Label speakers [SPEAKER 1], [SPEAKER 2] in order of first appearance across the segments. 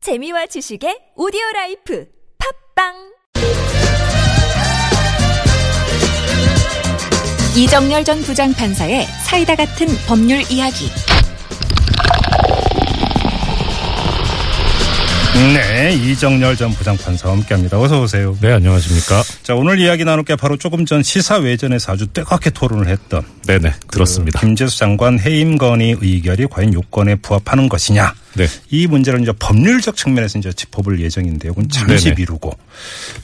[SPEAKER 1] 재미와 지식의 오디오 라이프 팝빵
[SPEAKER 2] 이정열 전 부장판사의 사이다 같은 법률 이야기.
[SPEAKER 3] 네, 이정열 전 부장판사와 함께합니다. 어서 오세요.
[SPEAKER 4] 네, 안녕하십니까.
[SPEAKER 3] 자, 오늘 이야기 나눌 게 바로 조금 전 시사 외전에서 아주 뜨겁게 토론을 했던
[SPEAKER 4] 네네, 들었습니다.
[SPEAKER 3] 그 김재수 장관 해임 건의 의결이 과연 요건에 부합하는 것이냐.
[SPEAKER 4] 네.
[SPEAKER 3] 이 문제를 이제 법률적 측면에서 이제 짚어볼 예정인데요. 그건 잠시
[SPEAKER 4] 네네.
[SPEAKER 3] 미루고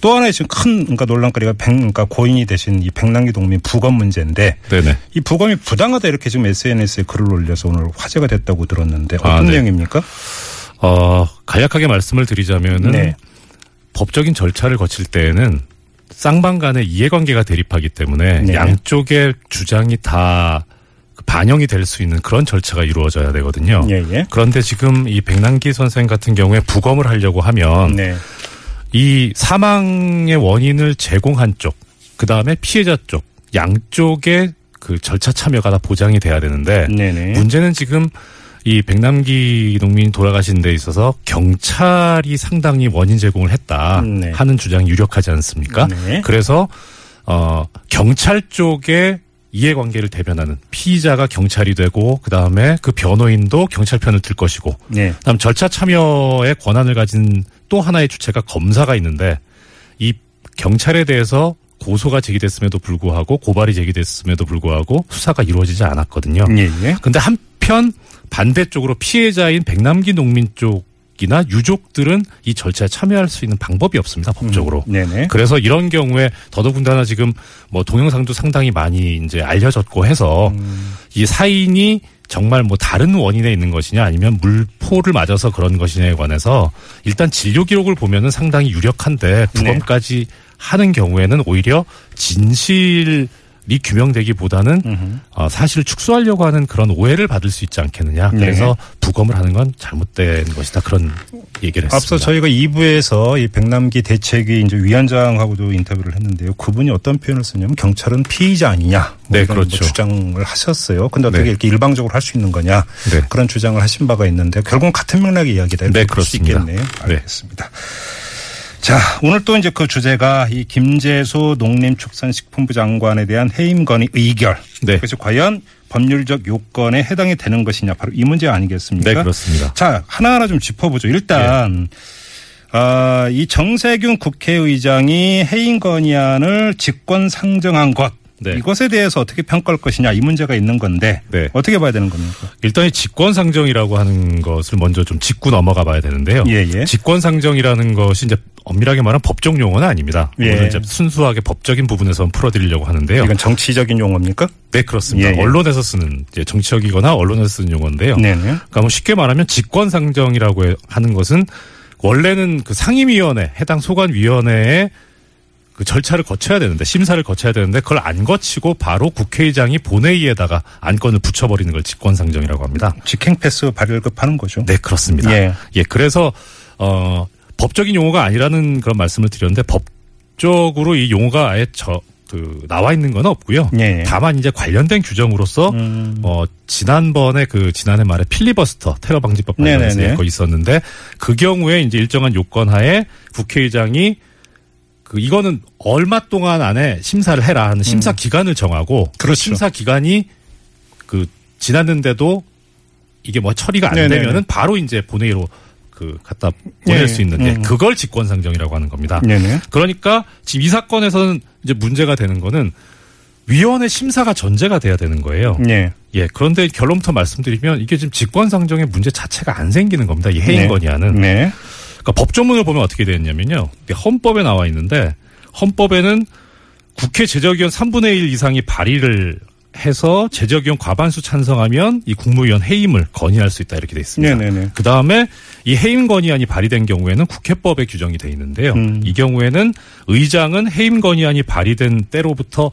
[SPEAKER 3] 또 하나의 지금 큰 그러니까 논란거리가 백, 그러니까 고인이 되신 이 백남기 동민 부검 문제인데
[SPEAKER 4] 네네.
[SPEAKER 3] 이 부검이 부당하다 이렇게 지금 SNS에 글을 올려서 오늘 화제가 됐다고 들었는데 어떤
[SPEAKER 4] 아, 네.
[SPEAKER 3] 내용입니까?
[SPEAKER 4] 어, 간략하게 말씀을 드리자면은
[SPEAKER 3] 네.
[SPEAKER 4] 법적인 절차를 거칠 때에는 쌍방 간의 이해관계가 대립하기 때문에
[SPEAKER 3] 네.
[SPEAKER 4] 양쪽의 주장이 다그 반영이 될 수 있는 그런 절차가 이루어져야 되거든요.
[SPEAKER 3] 예, 예.
[SPEAKER 4] 그런데 지금 이 백남기 선생 같은 경우에 부검을 하려고 하면
[SPEAKER 3] 네.
[SPEAKER 4] 이 사망의 원인을 제공한 쪽, 그 다음에 피해자 쪽, 양쪽의 그 절차 참여가 다 보장이 돼야 되는데
[SPEAKER 3] 네네.
[SPEAKER 4] 문제는 지금 이 백남기 농민이 돌아가신 데 있어서 경찰이 상당히 원인 제공을 했다
[SPEAKER 3] 네.
[SPEAKER 4] 하는 주장이 유력하지 않습니까?
[SPEAKER 3] 네.
[SPEAKER 4] 그래서 어 경찰 쪽에 이해관계를 대변하는 피의자가 경찰이 되고 그다음에 그 변호인도 경찰 편을 들 것이고
[SPEAKER 3] 네.
[SPEAKER 4] 그다음 절차 참여의 권한을 가진 또 하나의 주체가 검사가 있는데 이 경찰에 대해서 고소가 제기됐음에도 불구하고 고발이 제기됐음에도 불구하고 수사가 이루어지지 않았거든요.
[SPEAKER 3] 예, 예.
[SPEAKER 4] 근데 한편 반대쪽으로 피해자인 백남기 농민 쪽이나 유족들은 이 절차에 참여할 수 있는 방법이 없습니다 법적으로.
[SPEAKER 3] 네네.
[SPEAKER 4] 그래서 이런 경우에 더더군다나 지금 뭐 동영상도 상당히 많이 이제 알려졌고 해서
[SPEAKER 3] 음.
[SPEAKER 4] 이 사인이 정말 뭐 다른 원인에 있는 것이냐 아니면 물포를 맞아서 그런 것이냐에 관해서 일단 진료 기록을 보면은 상당히
[SPEAKER 3] 네.
[SPEAKER 4] 유력한데 부검까지 하는 경우에는 오히려 진실이 규명되기보다는 어, 사실을 축소하려고 하는 그런 오해를 받을 수 있지 않겠느냐.
[SPEAKER 3] 네.
[SPEAKER 4] 그래서 부검을 하는 건 잘못된 것이다. 그런 얘기를 했습니다.
[SPEAKER 3] 앞서 저희가 2부에서 이 백남기 대책위 이제 위원장하고도 인터뷰를 했는데요. 그분이 어떤 표현을 쓰냐면 경찰은 피의자 아니냐. 뭐
[SPEAKER 4] 네,
[SPEAKER 3] 이런 뭐
[SPEAKER 4] 그렇죠.
[SPEAKER 3] 주장을 하셨어요. 근데 어떻게
[SPEAKER 4] 네.
[SPEAKER 3] 이렇게 일방적으로 할 수 있는 거냐.
[SPEAKER 4] 네.
[SPEAKER 3] 그런 주장을 하신 바가 있는데 결국은 같은 맥락의 이야기다. 이렇게
[SPEAKER 4] 네,
[SPEAKER 3] 볼수
[SPEAKER 4] 그렇습니다.
[SPEAKER 3] 있겠네요.
[SPEAKER 4] 네.
[SPEAKER 3] 알겠습니다. 자, 오늘 또 이제 그 주제가 이 김재소 농림축산식품부 장관에 대한 해임 건의 의결.
[SPEAKER 4] 네.
[SPEAKER 3] 그래서 과연 법률적 요건에 해당이 되는 것이냐. 바로 이 문제 아니겠습니까?
[SPEAKER 4] 네, 그렇습니다.
[SPEAKER 3] 자, 하나하나 좀 짚어보죠. 일단, 아, 이 정세균 국회의장이 해임 건의안을 직권 상정한 것.
[SPEAKER 4] 네.
[SPEAKER 3] 이것에 대해서 어떻게 평가할 것이냐 이 문제가 있는 건데
[SPEAKER 4] 네.
[SPEAKER 3] 어떻게 봐야 되는 겁니까?
[SPEAKER 4] 일단 이 직권상정이라고 하는 것을 먼저 좀 짚고 넘어가 봐야 되는데요.
[SPEAKER 3] 예, 예.
[SPEAKER 4] 직권상정이라는 것이 이제 엄밀하게 말하면 법적 용어는 아닙니다.
[SPEAKER 3] 예.
[SPEAKER 4] 오늘 이제 순수하게 법적인 부분에선 풀어드리려고 하는데요.
[SPEAKER 3] 이건 정치적인 용어입니까?
[SPEAKER 4] 네,
[SPEAKER 3] 예,
[SPEAKER 4] 그렇습니다.
[SPEAKER 3] 예.
[SPEAKER 4] 언론에서 쓰는 이제 정치적이거나 언론에서 쓰는 용어인데요.
[SPEAKER 3] 네네.
[SPEAKER 4] 그러니까 뭐 쉽게 말하면 직권상정이라고 해- 하는 것은 원래는 그 상임위원회 해당 소관위원회의 그 절차를 거쳐야 되는데 심사를 거쳐야 되는데 그걸 안 거치고 바로 국회의장이 본회의에다가 안건을 붙여버리는 걸 직권상정이라고 합니다.
[SPEAKER 3] 직행 패스 발급하는 거죠.
[SPEAKER 4] 네, 그렇습니다.
[SPEAKER 3] 예.
[SPEAKER 4] 예. 그래서 어 법적인 용어가 아니라는 그런 말씀을 드렸는데 법적으로 이 용어가 아예 저 그 나와 있는 건 없고요.
[SPEAKER 3] 예. 음.
[SPEAKER 4] 다만 이제 관련된 규정으로서 어 지난번에 그 지난해 말에 필리버스터 테러 방지법 관련해서
[SPEAKER 3] 네네네.
[SPEAKER 4] 거 있었는데 그 경우에 이제 일정한 요건 하에 국회의장이 그 이거는 얼마 동안 안에 심사를 해라 하는 심사 기간을 정하고 그
[SPEAKER 3] 음. 그렇죠.
[SPEAKER 4] 심사 기간이 그 지났는데도 이게 뭐 처리가 안
[SPEAKER 3] 네네네.
[SPEAKER 4] 되면은 바로 이제 본회의로 그 갖다 보낼
[SPEAKER 3] 예,
[SPEAKER 4] 수 있는 예, 그걸 직권상정이라고 하는 겁니다.
[SPEAKER 3] 네네.
[SPEAKER 4] 그러니까 지금 이 사건에서는 이제 문제가 되는 거는 위원회 심사가 전제가 돼야 되는 거예요.
[SPEAKER 3] 네.
[SPEAKER 4] 예. 그런데 결론부터 말씀드리면 이게 지금 직권상정의 문제 자체가 안 생기는 겁니다. 이 해임
[SPEAKER 3] 네.
[SPEAKER 4] 건의안은.
[SPEAKER 3] 네.
[SPEAKER 4] 그러니까 법조문을 보면 어떻게 되었냐면요. 이게 헌법에 나와 있는데 헌법에는 국회 제적위원 3분의 1 이상이 발의를 해서 제적위원 과반수 찬성하면 이 국무위원 해임을 건의할 수 있다 이렇게 돼 있습니다.
[SPEAKER 3] 네네네.
[SPEAKER 4] 그 다음에 이 해임 건의안이 발의된 경우에는 국회법에 규정이 돼 있는데요.
[SPEAKER 3] 음.
[SPEAKER 4] 이 경우에는 의장은 해임 건의안이 발의된 때로부터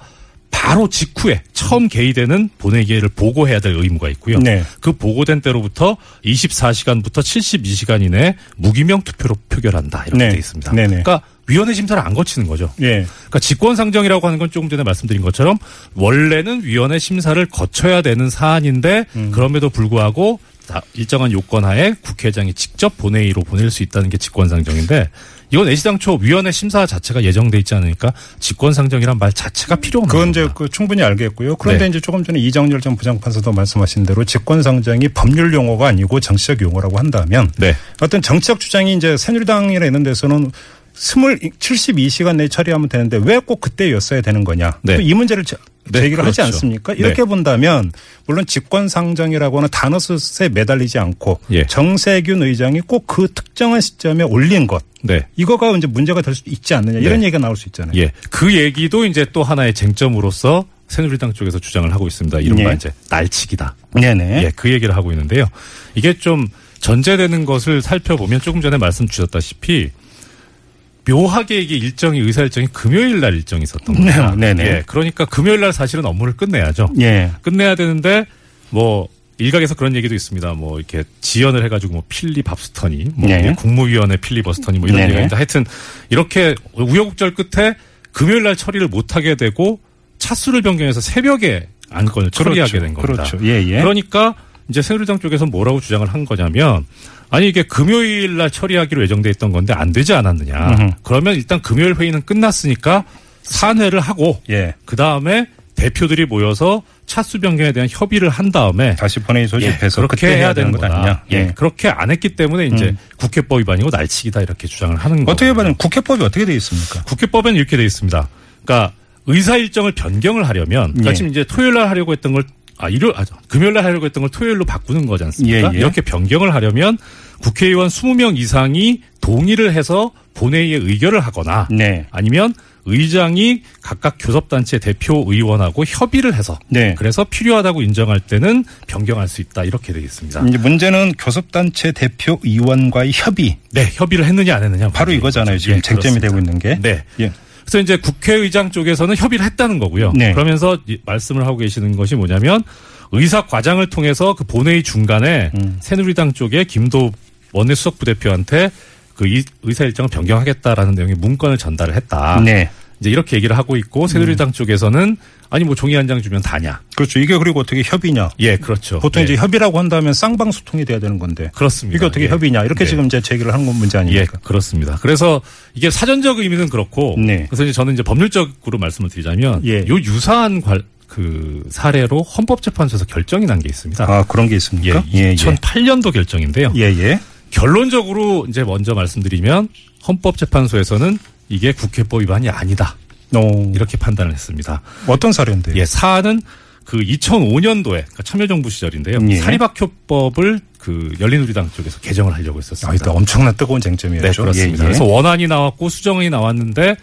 [SPEAKER 4] 바로 직후에 처음 개의되는 본회의를 보고해야 될 의무가 있고요.
[SPEAKER 3] 네.
[SPEAKER 4] 그 보고된 때로부터 24시간부터 72시간 이내 무기명 투표로 표결한다 이렇게
[SPEAKER 3] 네.
[SPEAKER 4] 돼 있습니다.
[SPEAKER 3] 네네.
[SPEAKER 4] 그러니까 위원회 심사를 안 거치는 거죠.
[SPEAKER 3] 예.
[SPEAKER 4] 그러니까 직권상정이라고 하는 건 조금 전에 말씀드린
[SPEAKER 3] 음.
[SPEAKER 4] 것처럼 원래는 위원회 심사를 거쳐야 되는 사안인데 그럼에도 불구하고 다- 일정한 요건 하에 국회의장이 직접 본회의로 보낼 수 있다는 게 직권상정인데 이건 애시당초 위원회 심사 자체가 예정돼 있지 않으니까 직권상정이란 말 자체가 필요 없는
[SPEAKER 3] 그건 이제
[SPEAKER 4] 겁니다.
[SPEAKER 3] 그 충분히 알겠고요. 그런데
[SPEAKER 4] 네.
[SPEAKER 3] 이제 조금 전에 이정열 전 부장판사도 말씀하신 대로 직권상정이 법률 용어가 아니고 정치적 용어라고 한다면
[SPEAKER 4] 네.
[SPEAKER 3] 어떤 정치적 주장이 이제 새누리당이나 이런 데서는 스물 72시간 내에 처리하면 되는데 왜 꼭 그때였어야 되는 거냐.
[SPEAKER 4] 네.
[SPEAKER 3] 또 이 문제를 제,
[SPEAKER 4] 네,
[SPEAKER 3] 제기를 하지
[SPEAKER 4] 그렇죠.
[SPEAKER 3] 않습니까?
[SPEAKER 4] 네.
[SPEAKER 3] 이렇게 본다면 물론 직권상정이라고 하는 단어 숫에 매달리지 않고
[SPEAKER 4] 예.
[SPEAKER 3] 정세균 의장이 꼭 그 특정한 시점에 올린 것
[SPEAKER 4] 네.
[SPEAKER 3] 이거가 이제 문제가 될 수 있지 않느냐 이런
[SPEAKER 4] 네.
[SPEAKER 3] 얘기가 나올 수 있잖아요.
[SPEAKER 4] 예. 그 얘기도 이제 또 하나의 쟁점으로서 새누리당 쪽에서 주장을 하고 있습니다. 이른바
[SPEAKER 3] 예.
[SPEAKER 4] 이제 날치기다.
[SPEAKER 3] 네네.
[SPEAKER 4] 예, 그 얘기를 하고 있는데요. 이게 좀 전제되는 것을 살펴보면 조금 전에 말씀 주셨다시피 묘하게 이게 일정이 의사 일정이 금요일 날 일정이 있었던
[SPEAKER 3] 네,
[SPEAKER 4] 겁니다.
[SPEAKER 3] 네네.
[SPEAKER 4] 예, 그러니까 금요일 날 사실은 업무를 끝내야죠.
[SPEAKER 3] 예.
[SPEAKER 4] 끝내야 되는데 뭐 일각에서 그런 얘기도 있습니다. 뭐 이렇게 지연을 해가지고 뭐 필리 밥스터니, 뭐
[SPEAKER 3] 네.
[SPEAKER 4] 국무위원회 필리 버스터니 뭐 이런
[SPEAKER 3] 네네.
[SPEAKER 4] 얘기가 있는데 하여튼 이렇게 우여곡절 끝에 금요일 날 처리를 못하게 되고 차수를 변경해서 새벽에 안건을 처리하게 된 겁니다.
[SPEAKER 3] 그렇죠. 예, 예.
[SPEAKER 4] 그러니까 이제 새누리당 쪽에서 뭐라고 주장을 한 거냐면 아니 이게 금요일 날 처리하기로 예정돼 있던 건데 안 되지 않았느냐. 그러면 일단 금요일 회의는 끝났으니까 산회를 하고
[SPEAKER 3] 예.
[SPEAKER 4] 그 다음에 대표들이 모여서 차수 변경에 대한 협의를 한 다음에 예,
[SPEAKER 3] 다시 본회의 소집해서
[SPEAKER 4] 그렇게
[SPEAKER 3] 예, 그때 해야 되는 것 아니냐. 음.
[SPEAKER 4] 예. 그렇게 안 했기 때문에 이제 국회법 위반이고 날치기다 이렇게 주장을 하는 거예요.
[SPEAKER 3] 어떻게 보면 국회법이 어떻게 되어 있습니까?
[SPEAKER 4] 국회법에는 이렇게 돼 있습니다. 그러니까 의사 일정을 변경을 하려면 그러니까
[SPEAKER 3] 예.
[SPEAKER 4] 지금 이제 토요일 날 하려고 했던 걸 아, 일요 아, 금요일 날 하려고 했던 걸 토요일로 바꾸는 거지 않습니까?
[SPEAKER 3] 예, 예.
[SPEAKER 4] 이렇게 변경을 하려면 국회의원 20명 이상이 동의를 해서 본회의에 의결을 하거나
[SPEAKER 3] 네.
[SPEAKER 4] 아니면 의장이 각각 교섭단체 대표 의원하고 협의를 해서
[SPEAKER 3] 네.
[SPEAKER 4] 그래서 필요하다고 인정할 때는 변경할 수 있다 이렇게 되어 있습니다.
[SPEAKER 3] 이제 문제는 교섭단체 대표 의원과의 협의
[SPEAKER 4] 네, 협의를 했느냐 안 했느냐
[SPEAKER 3] 바로
[SPEAKER 4] 문제인
[SPEAKER 3] 이거잖아요.
[SPEAKER 4] 거죠.
[SPEAKER 3] 지금
[SPEAKER 4] 예,
[SPEAKER 3] 쟁점이
[SPEAKER 4] 그렇습니다.
[SPEAKER 3] 되고 있는 게.
[SPEAKER 4] 네.
[SPEAKER 3] 예.
[SPEAKER 4] 그래서 이제 국회의장 쪽에서는 협의를 했다는 거고요.
[SPEAKER 3] 네.
[SPEAKER 4] 그러면서 이- 말씀을 하고 계시는 것이 뭐냐면 의사 과장을 통해서 그 본회의 중간에
[SPEAKER 3] 음.
[SPEAKER 4] 새누리당 쪽에 김도 원내 수석 부대표한테 그 이- 의사 일정을 변경하겠다라는 내용의 문건을 전달을 했다.
[SPEAKER 3] 네. 음.
[SPEAKER 4] 이제 이렇게 얘기를 하고 있고 새누리당 쪽에서는 아니 뭐 종이 한 장 주면 다냐.
[SPEAKER 3] 그렇죠. 이게 그리고 어떻게 협의냐.
[SPEAKER 4] 예, 그렇죠.
[SPEAKER 3] 보통
[SPEAKER 4] 예.
[SPEAKER 3] 이제 협의라고 한다면 쌍방소통이 돼야 되는 건데.
[SPEAKER 4] 그렇습니다.
[SPEAKER 3] 이게 어떻게
[SPEAKER 4] 예.
[SPEAKER 3] 협의냐. 이렇게
[SPEAKER 4] 네.
[SPEAKER 3] 지금 이제 제기를 한 건 문제
[SPEAKER 4] 예,
[SPEAKER 3] 아닙니까?
[SPEAKER 4] 그렇습니다. 그래서 이게 사전적 의미는 그렇고,
[SPEAKER 3] 네.
[SPEAKER 4] 그래서 이제 저는 이제 법률적으로 말씀을 드리자면,
[SPEAKER 3] 예.
[SPEAKER 4] 요 유사한 관- 그 사례로 헌법재판소에서 결정이 난 게 있습니다.
[SPEAKER 3] 아, 그런 게
[SPEAKER 4] 예,
[SPEAKER 3] 있습니까? 예, 예.
[SPEAKER 4] 2008년도 결정인데요.
[SPEAKER 3] 예, 예.
[SPEAKER 4] 결론적으로 이제 먼저 말씀드리면 헌법재판소에서는 이게 국회법 위반이 아니다
[SPEAKER 3] 오,
[SPEAKER 4] 이렇게 판단을 했습니다.
[SPEAKER 3] 어떤 사례인데요?
[SPEAKER 4] 예, 사안은 그 2005년도에 그러니까 참여정부 시절인데요.
[SPEAKER 3] 예.
[SPEAKER 4] 사립학교법을 그 열린우리당 쪽에서 개정을 하려고
[SPEAKER 3] 아,
[SPEAKER 4] 했었습니다.
[SPEAKER 3] 일단 엄청난 뜨거운
[SPEAKER 4] 네,
[SPEAKER 3] 쟁점이었죠.
[SPEAKER 4] 그렇습니다.
[SPEAKER 3] 예, 예.
[SPEAKER 4] 그래서 원안이 나왔고 수정안이 나왔는데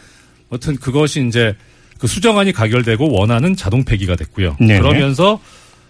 [SPEAKER 4] 여튼 그것이 이제 그 수정안이 가결되고 원안은 자동 폐기가 됐고요.
[SPEAKER 3] 네네.
[SPEAKER 4] 그러면서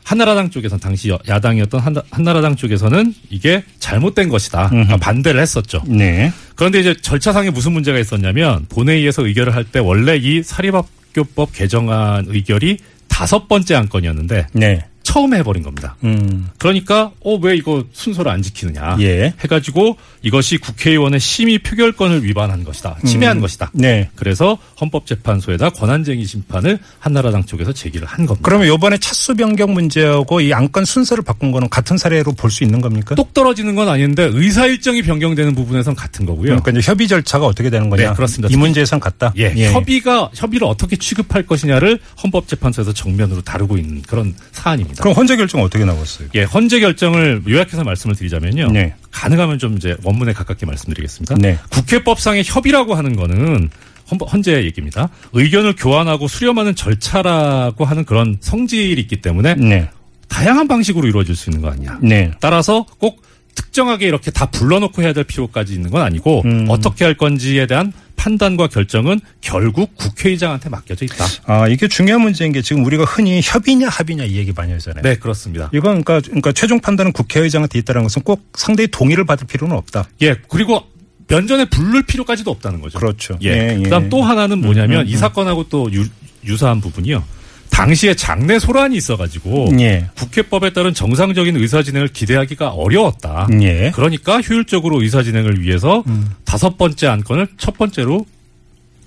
[SPEAKER 4] 한나라당 쪽에서는 당시 여- 야당이었던 한나- 한나라당 쪽에서는 이게 잘못된 것이다. 그러니까 반대를 했었죠.
[SPEAKER 3] 네.
[SPEAKER 4] 그런데 이제 절차상에 무슨 문제가 있었냐면 본회의에서 의결을 할 때 원래 이 사립학교법 개정안 의결이 다섯 번째 안건이었는데
[SPEAKER 3] 네.
[SPEAKER 4] 처음 해버린 겁니다.
[SPEAKER 3] 음.
[SPEAKER 4] 그러니까 어 왜 이거 순서를 안 지키느냐
[SPEAKER 3] 예.
[SPEAKER 4] 해가지고 이것이 국회의원의 심의 표결권을 위반한 것이다 침해한 것이다
[SPEAKER 3] 네.
[SPEAKER 4] 그래서 헌법재판소에다 권한쟁의 심판을 한나라당 쪽에서 제기를 한 겁니다
[SPEAKER 3] 그러면 요번에 차수 변경 문제하고 이 안건 순서를 바꾼 거는 같은 사례로 볼 수 있는 겁니까?
[SPEAKER 4] 똑 떨어지는 건 아닌데 의사 일정이 변경되는 부분에선 같은 거고요
[SPEAKER 3] 그러니까 이제 협의 절차가 어떻게 되는 거냐?
[SPEAKER 4] 네, 그렇습니다.
[SPEAKER 3] 이 문제에선 같다.
[SPEAKER 4] 예, 협의가 협의를 어떻게 취급할 것이냐를 헌법재판소에서 정면으로 다루고 있는 그런 사안입니다
[SPEAKER 3] 그럼 혼자 결정 은 어떻게 나왔어요?
[SPEAKER 4] 예 헌재 결정을 요약해서 말씀을 드리자면요
[SPEAKER 3] 네.
[SPEAKER 4] 가능하면 좀 이제 원문에 가깝게 말씀드리겠습니다.
[SPEAKER 3] 네.
[SPEAKER 4] 국회법상의 협의라고 하는 거는 헌- 헌재 얘기입니다. 의견을 교환하고 수렴하는 절차라고 하는 그런 성질이 있기 때문에
[SPEAKER 3] 네.
[SPEAKER 4] 다양한 방식으로 이루어질 수 있는 거 아니야.
[SPEAKER 3] 네.
[SPEAKER 4] 따라서 꼭 특정하게 이렇게 다 불러놓고 해야 될 필요까지 있는 건 아니고
[SPEAKER 3] 음.
[SPEAKER 4] 어떻게 할 건지에 대한 판단과 결정은 결국 국회의장한테 맡겨져 있다.
[SPEAKER 3] 아, 이게 중요한 문제인 게 지금 우리가 흔히 협의냐 합의냐 이 얘기 많이 하잖아요.
[SPEAKER 4] 네, 그렇습니다.
[SPEAKER 3] 이건 그러니까, 그러니까 최종 판단은 국회의장한테 있다는 것은 꼭 상대의 동의를 받을 필요는 없다.
[SPEAKER 4] 예, 그리고 면전에 부를 필요까지도 없다는 거죠.
[SPEAKER 3] 그렇죠.
[SPEAKER 4] 예.
[SPEAKER 3] 예, 음,
[SPEAKER 4] 그다음
[SPEAKER 3] 예.
[SPEAKER 4] 또 하나는 뭐냐면 이 사건하고 또 유, 사한 부분이요. 당시에 장내 소란이 있어가지고
[SPEAKER 3] 예.
[SPEAKER 4] 국회법에 따른 정상적인 의사 진행을 기대하기가 어려웠다.
[SPEAKER 3] 예.
[SPEAKER 4] 그러니까 효율적으로 의사 진행을 위해서
[SPEAKER 3] 음.
[SPEAKER 4] 다섯 번째 안건을 첫 번째로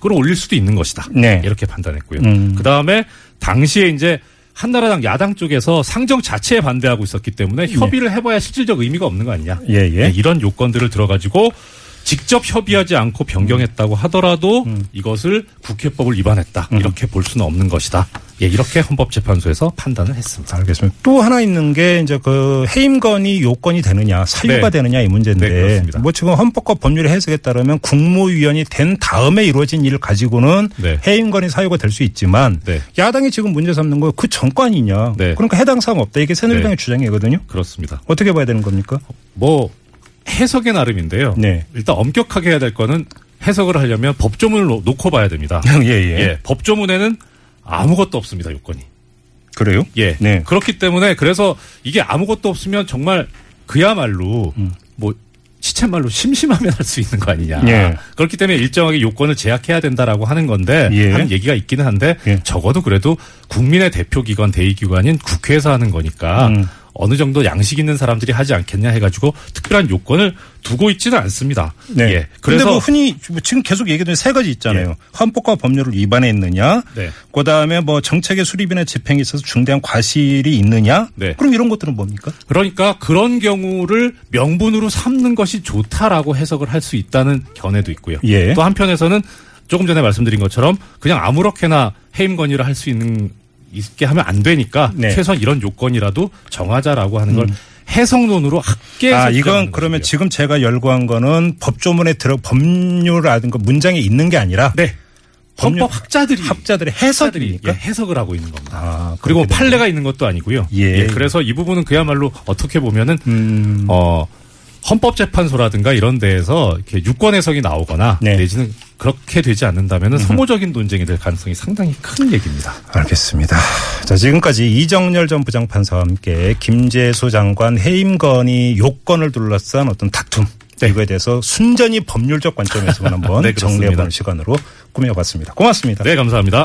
[SPEAKER 4] 끌어올릴 수도 있는 것이다.
[SPEAKER 3] 네.
[SPEAKER 4] 이렇게 판단했고요.
[SPEAKER 3] 음.
[SPEAKER 4] 그 다음에 당시에 이제 한나라당 야당 쪽에서 상정 자체에 반대하고 있었기 때문에
[SPEAKER 3] 네.
[SPEAKER 4] 협의를 해봐야 실질적 의미가 없는 거 아니냐.
[SPEAKER 3] 예, 예.
[SPEAKER 4] 네, 이런 요건들을 들어가지고 직접 협의하지 않고 변경했다고 하더라도
[SPEAKER 3] 음.
[SPEAKER 4] 이것을 국회법을 위반했다. 이렇게 볼 수는 없는 것이다. 예, 이렇게 헌법재판소에서 판단을 했습니다.
[SPEAKER 3] 알겠습니다. 또 하나 있는 게 이제 그 해임건이 요건이 되느냐, 사유가
[SPEAKER 4] 네.
[SPEAKER 3] 되느냐 이 문제인데,
[SPEAKER 4] 네, 그렇습니다.
[SPEAKER 3] 뭐 지금 헌법과 법률의 해석에 따르면 국무위원이 된 다음에 이루어진 일을 가지고는
[SPEAKER 4] 네.
[SPEAKER 3] 해임건이 사유가 될 수 있지만
[SPEAKER 4] 네.
[SPEAKER 3] 야당이 지금 문제 삼는 거 그 전권이냐,
[SPEAKER 4] 네.
[SPEAKER 3] 그러니까 해당 사항 없다 이게 새누리당의
[SPEAKER 4] 네.
[SPEAKER 3] 주장이거든요.
[SPEAKER 4] 그렇습니다.
[SPEAKER 3] 어떻게 봐야 되는 겁니까?
[SPEAKER 4] 뭐 해석의 나름인데요.
[SPEAKER 3] 네.
[SPEAKER 4] 일단 엄격하게 해야 될 거는 해석을 하려면 법조문을 놓- 놓고 봐야 됩니다.
[SPEAKER 3] 예, 예.
[SPEAKER 4] 예, 법조문에는 아무것도 없습니다 요건이.
[SPEAKER 3] 그래요?
[SPEAKER 4] 예.
[SPEAKER 3] 네.
[SPEAKER 4] 그렇기 때문에 그래서 이게 아무것도 없으면 정말 그야말로
[SPEAKER 3] 음.
[SPEAKER 4] 뭐 시체말로 심심하면 할 수 있는 거 아니냐.
[SPEAKER 3] 예.
[SPEAKER 4] 그렇기 때문에 일정하게 요건을 제약해야 된다라고 하는 건데
[SPEAKER 3] 예.
[SPEAKER 4] 하는 얘기가 있기는 한데
[SPEAKER 3] 예.
[SPEAKER 4] 적어도 그래도 국민의 대표 기관 대의 기관인 국회에서 하는 거니까
[SPEAKER 3] 음.
[SPEAKER 4] 어느 정도 양식 있는 사람들이 하지 않겠냐 해가지고 특별한 요건을 두고 있지는 않습니다.
[SPEAKER 3] 네.
[SPEAKER 4] 예.
[SPEAKER 3] 그런데
[SPEAKER 4] 그래서 예.
[SPEAKER 3] 뭐 흔히 뭐 지금 계속 얘기되는 세 가지 있잖아요. 헌법과 법률을 위반했느냐,
[SPEAKER 4] 네.
[SPEAKER 3] 그다음에 뭐 정책의 수립이나 집행에 있어서 중대한 과실이 있느냐.
[SPEAKER 4] 네.
[SPEAKER 3] 그럼 이런 것들은 뭡니까?
[SPEAKER 4] 그러니까 그런 경우를 명분으로 삼는 것이 좋다라고 해석을 할 수 있다는 견해도 있고요.
[SPEAKER 3] 예.
[SPEAKER 4] 또 한편에서는 조금 전에 말씀드린 것처럼 그냥 아무렇게나 해임 건의를 할 수 있는 있게 하면 안 되니까
[SPEAKER 3] 네. 음.
[SPEAKER 4] 최소한 이런 요건이라도 정하자라고 하는 걸 해석론으로 학계
[SPEAKER 3] 아, 이건 그러면 지금 제가 열거한 거는 법조문에 들어 법률이라든가 문장에 있는 게 아니라
[SPEAKER 4] 네.
[SPEAKER 3] 법률-
[SPEAKER 4] 헌법 학자들이
[SPEAKER 3] 학자들의
[SPEAKER 4] 학자들이
[SPEAKER 3] 해석입니까?
[SPEAKER 4] 예, 해석을 하고 있는 겁니다.
[SPEAKER 3] 아,
[SPEAKER 4] 그리고
[SPEAKER 3] 그렇게
[SPEAKER 4] 판례가 있는 것도 아니고요.
[SPEAKER 3] 예.
[SPEAKER 4] 그래서 이 부분은 그야말로 어떻게 보면은
[SPEAKER 3] 음.
[SPEAKER 4] 어 헌법재판소라든가 이런 데에서 이렇게 유권 해석이 나오거나
[SPEAKER 3] 네.
[SPEAKER 4] 내지는 그렇게 되지 않는다면은 소모적인 논쟁이 될 가능성이 상당히 큰 얘기입니다.
[SPEAKER 3] 알겠습니다. 자, 지금까지 이정열 전 부장판사와 함께 김재수 장관 해임 건의 요건을 둘러싼 어떤 다툼 이거에 대해서 순전히 법률적 관점에서만 한번
[SPEAKER 4] 네, 그렇습니다.
[SPEAKER 3] 정리해보는 시간으로 꾸며봤습니다. 고맙습니다.
[SPEAKER 4] 네, 감사합니다.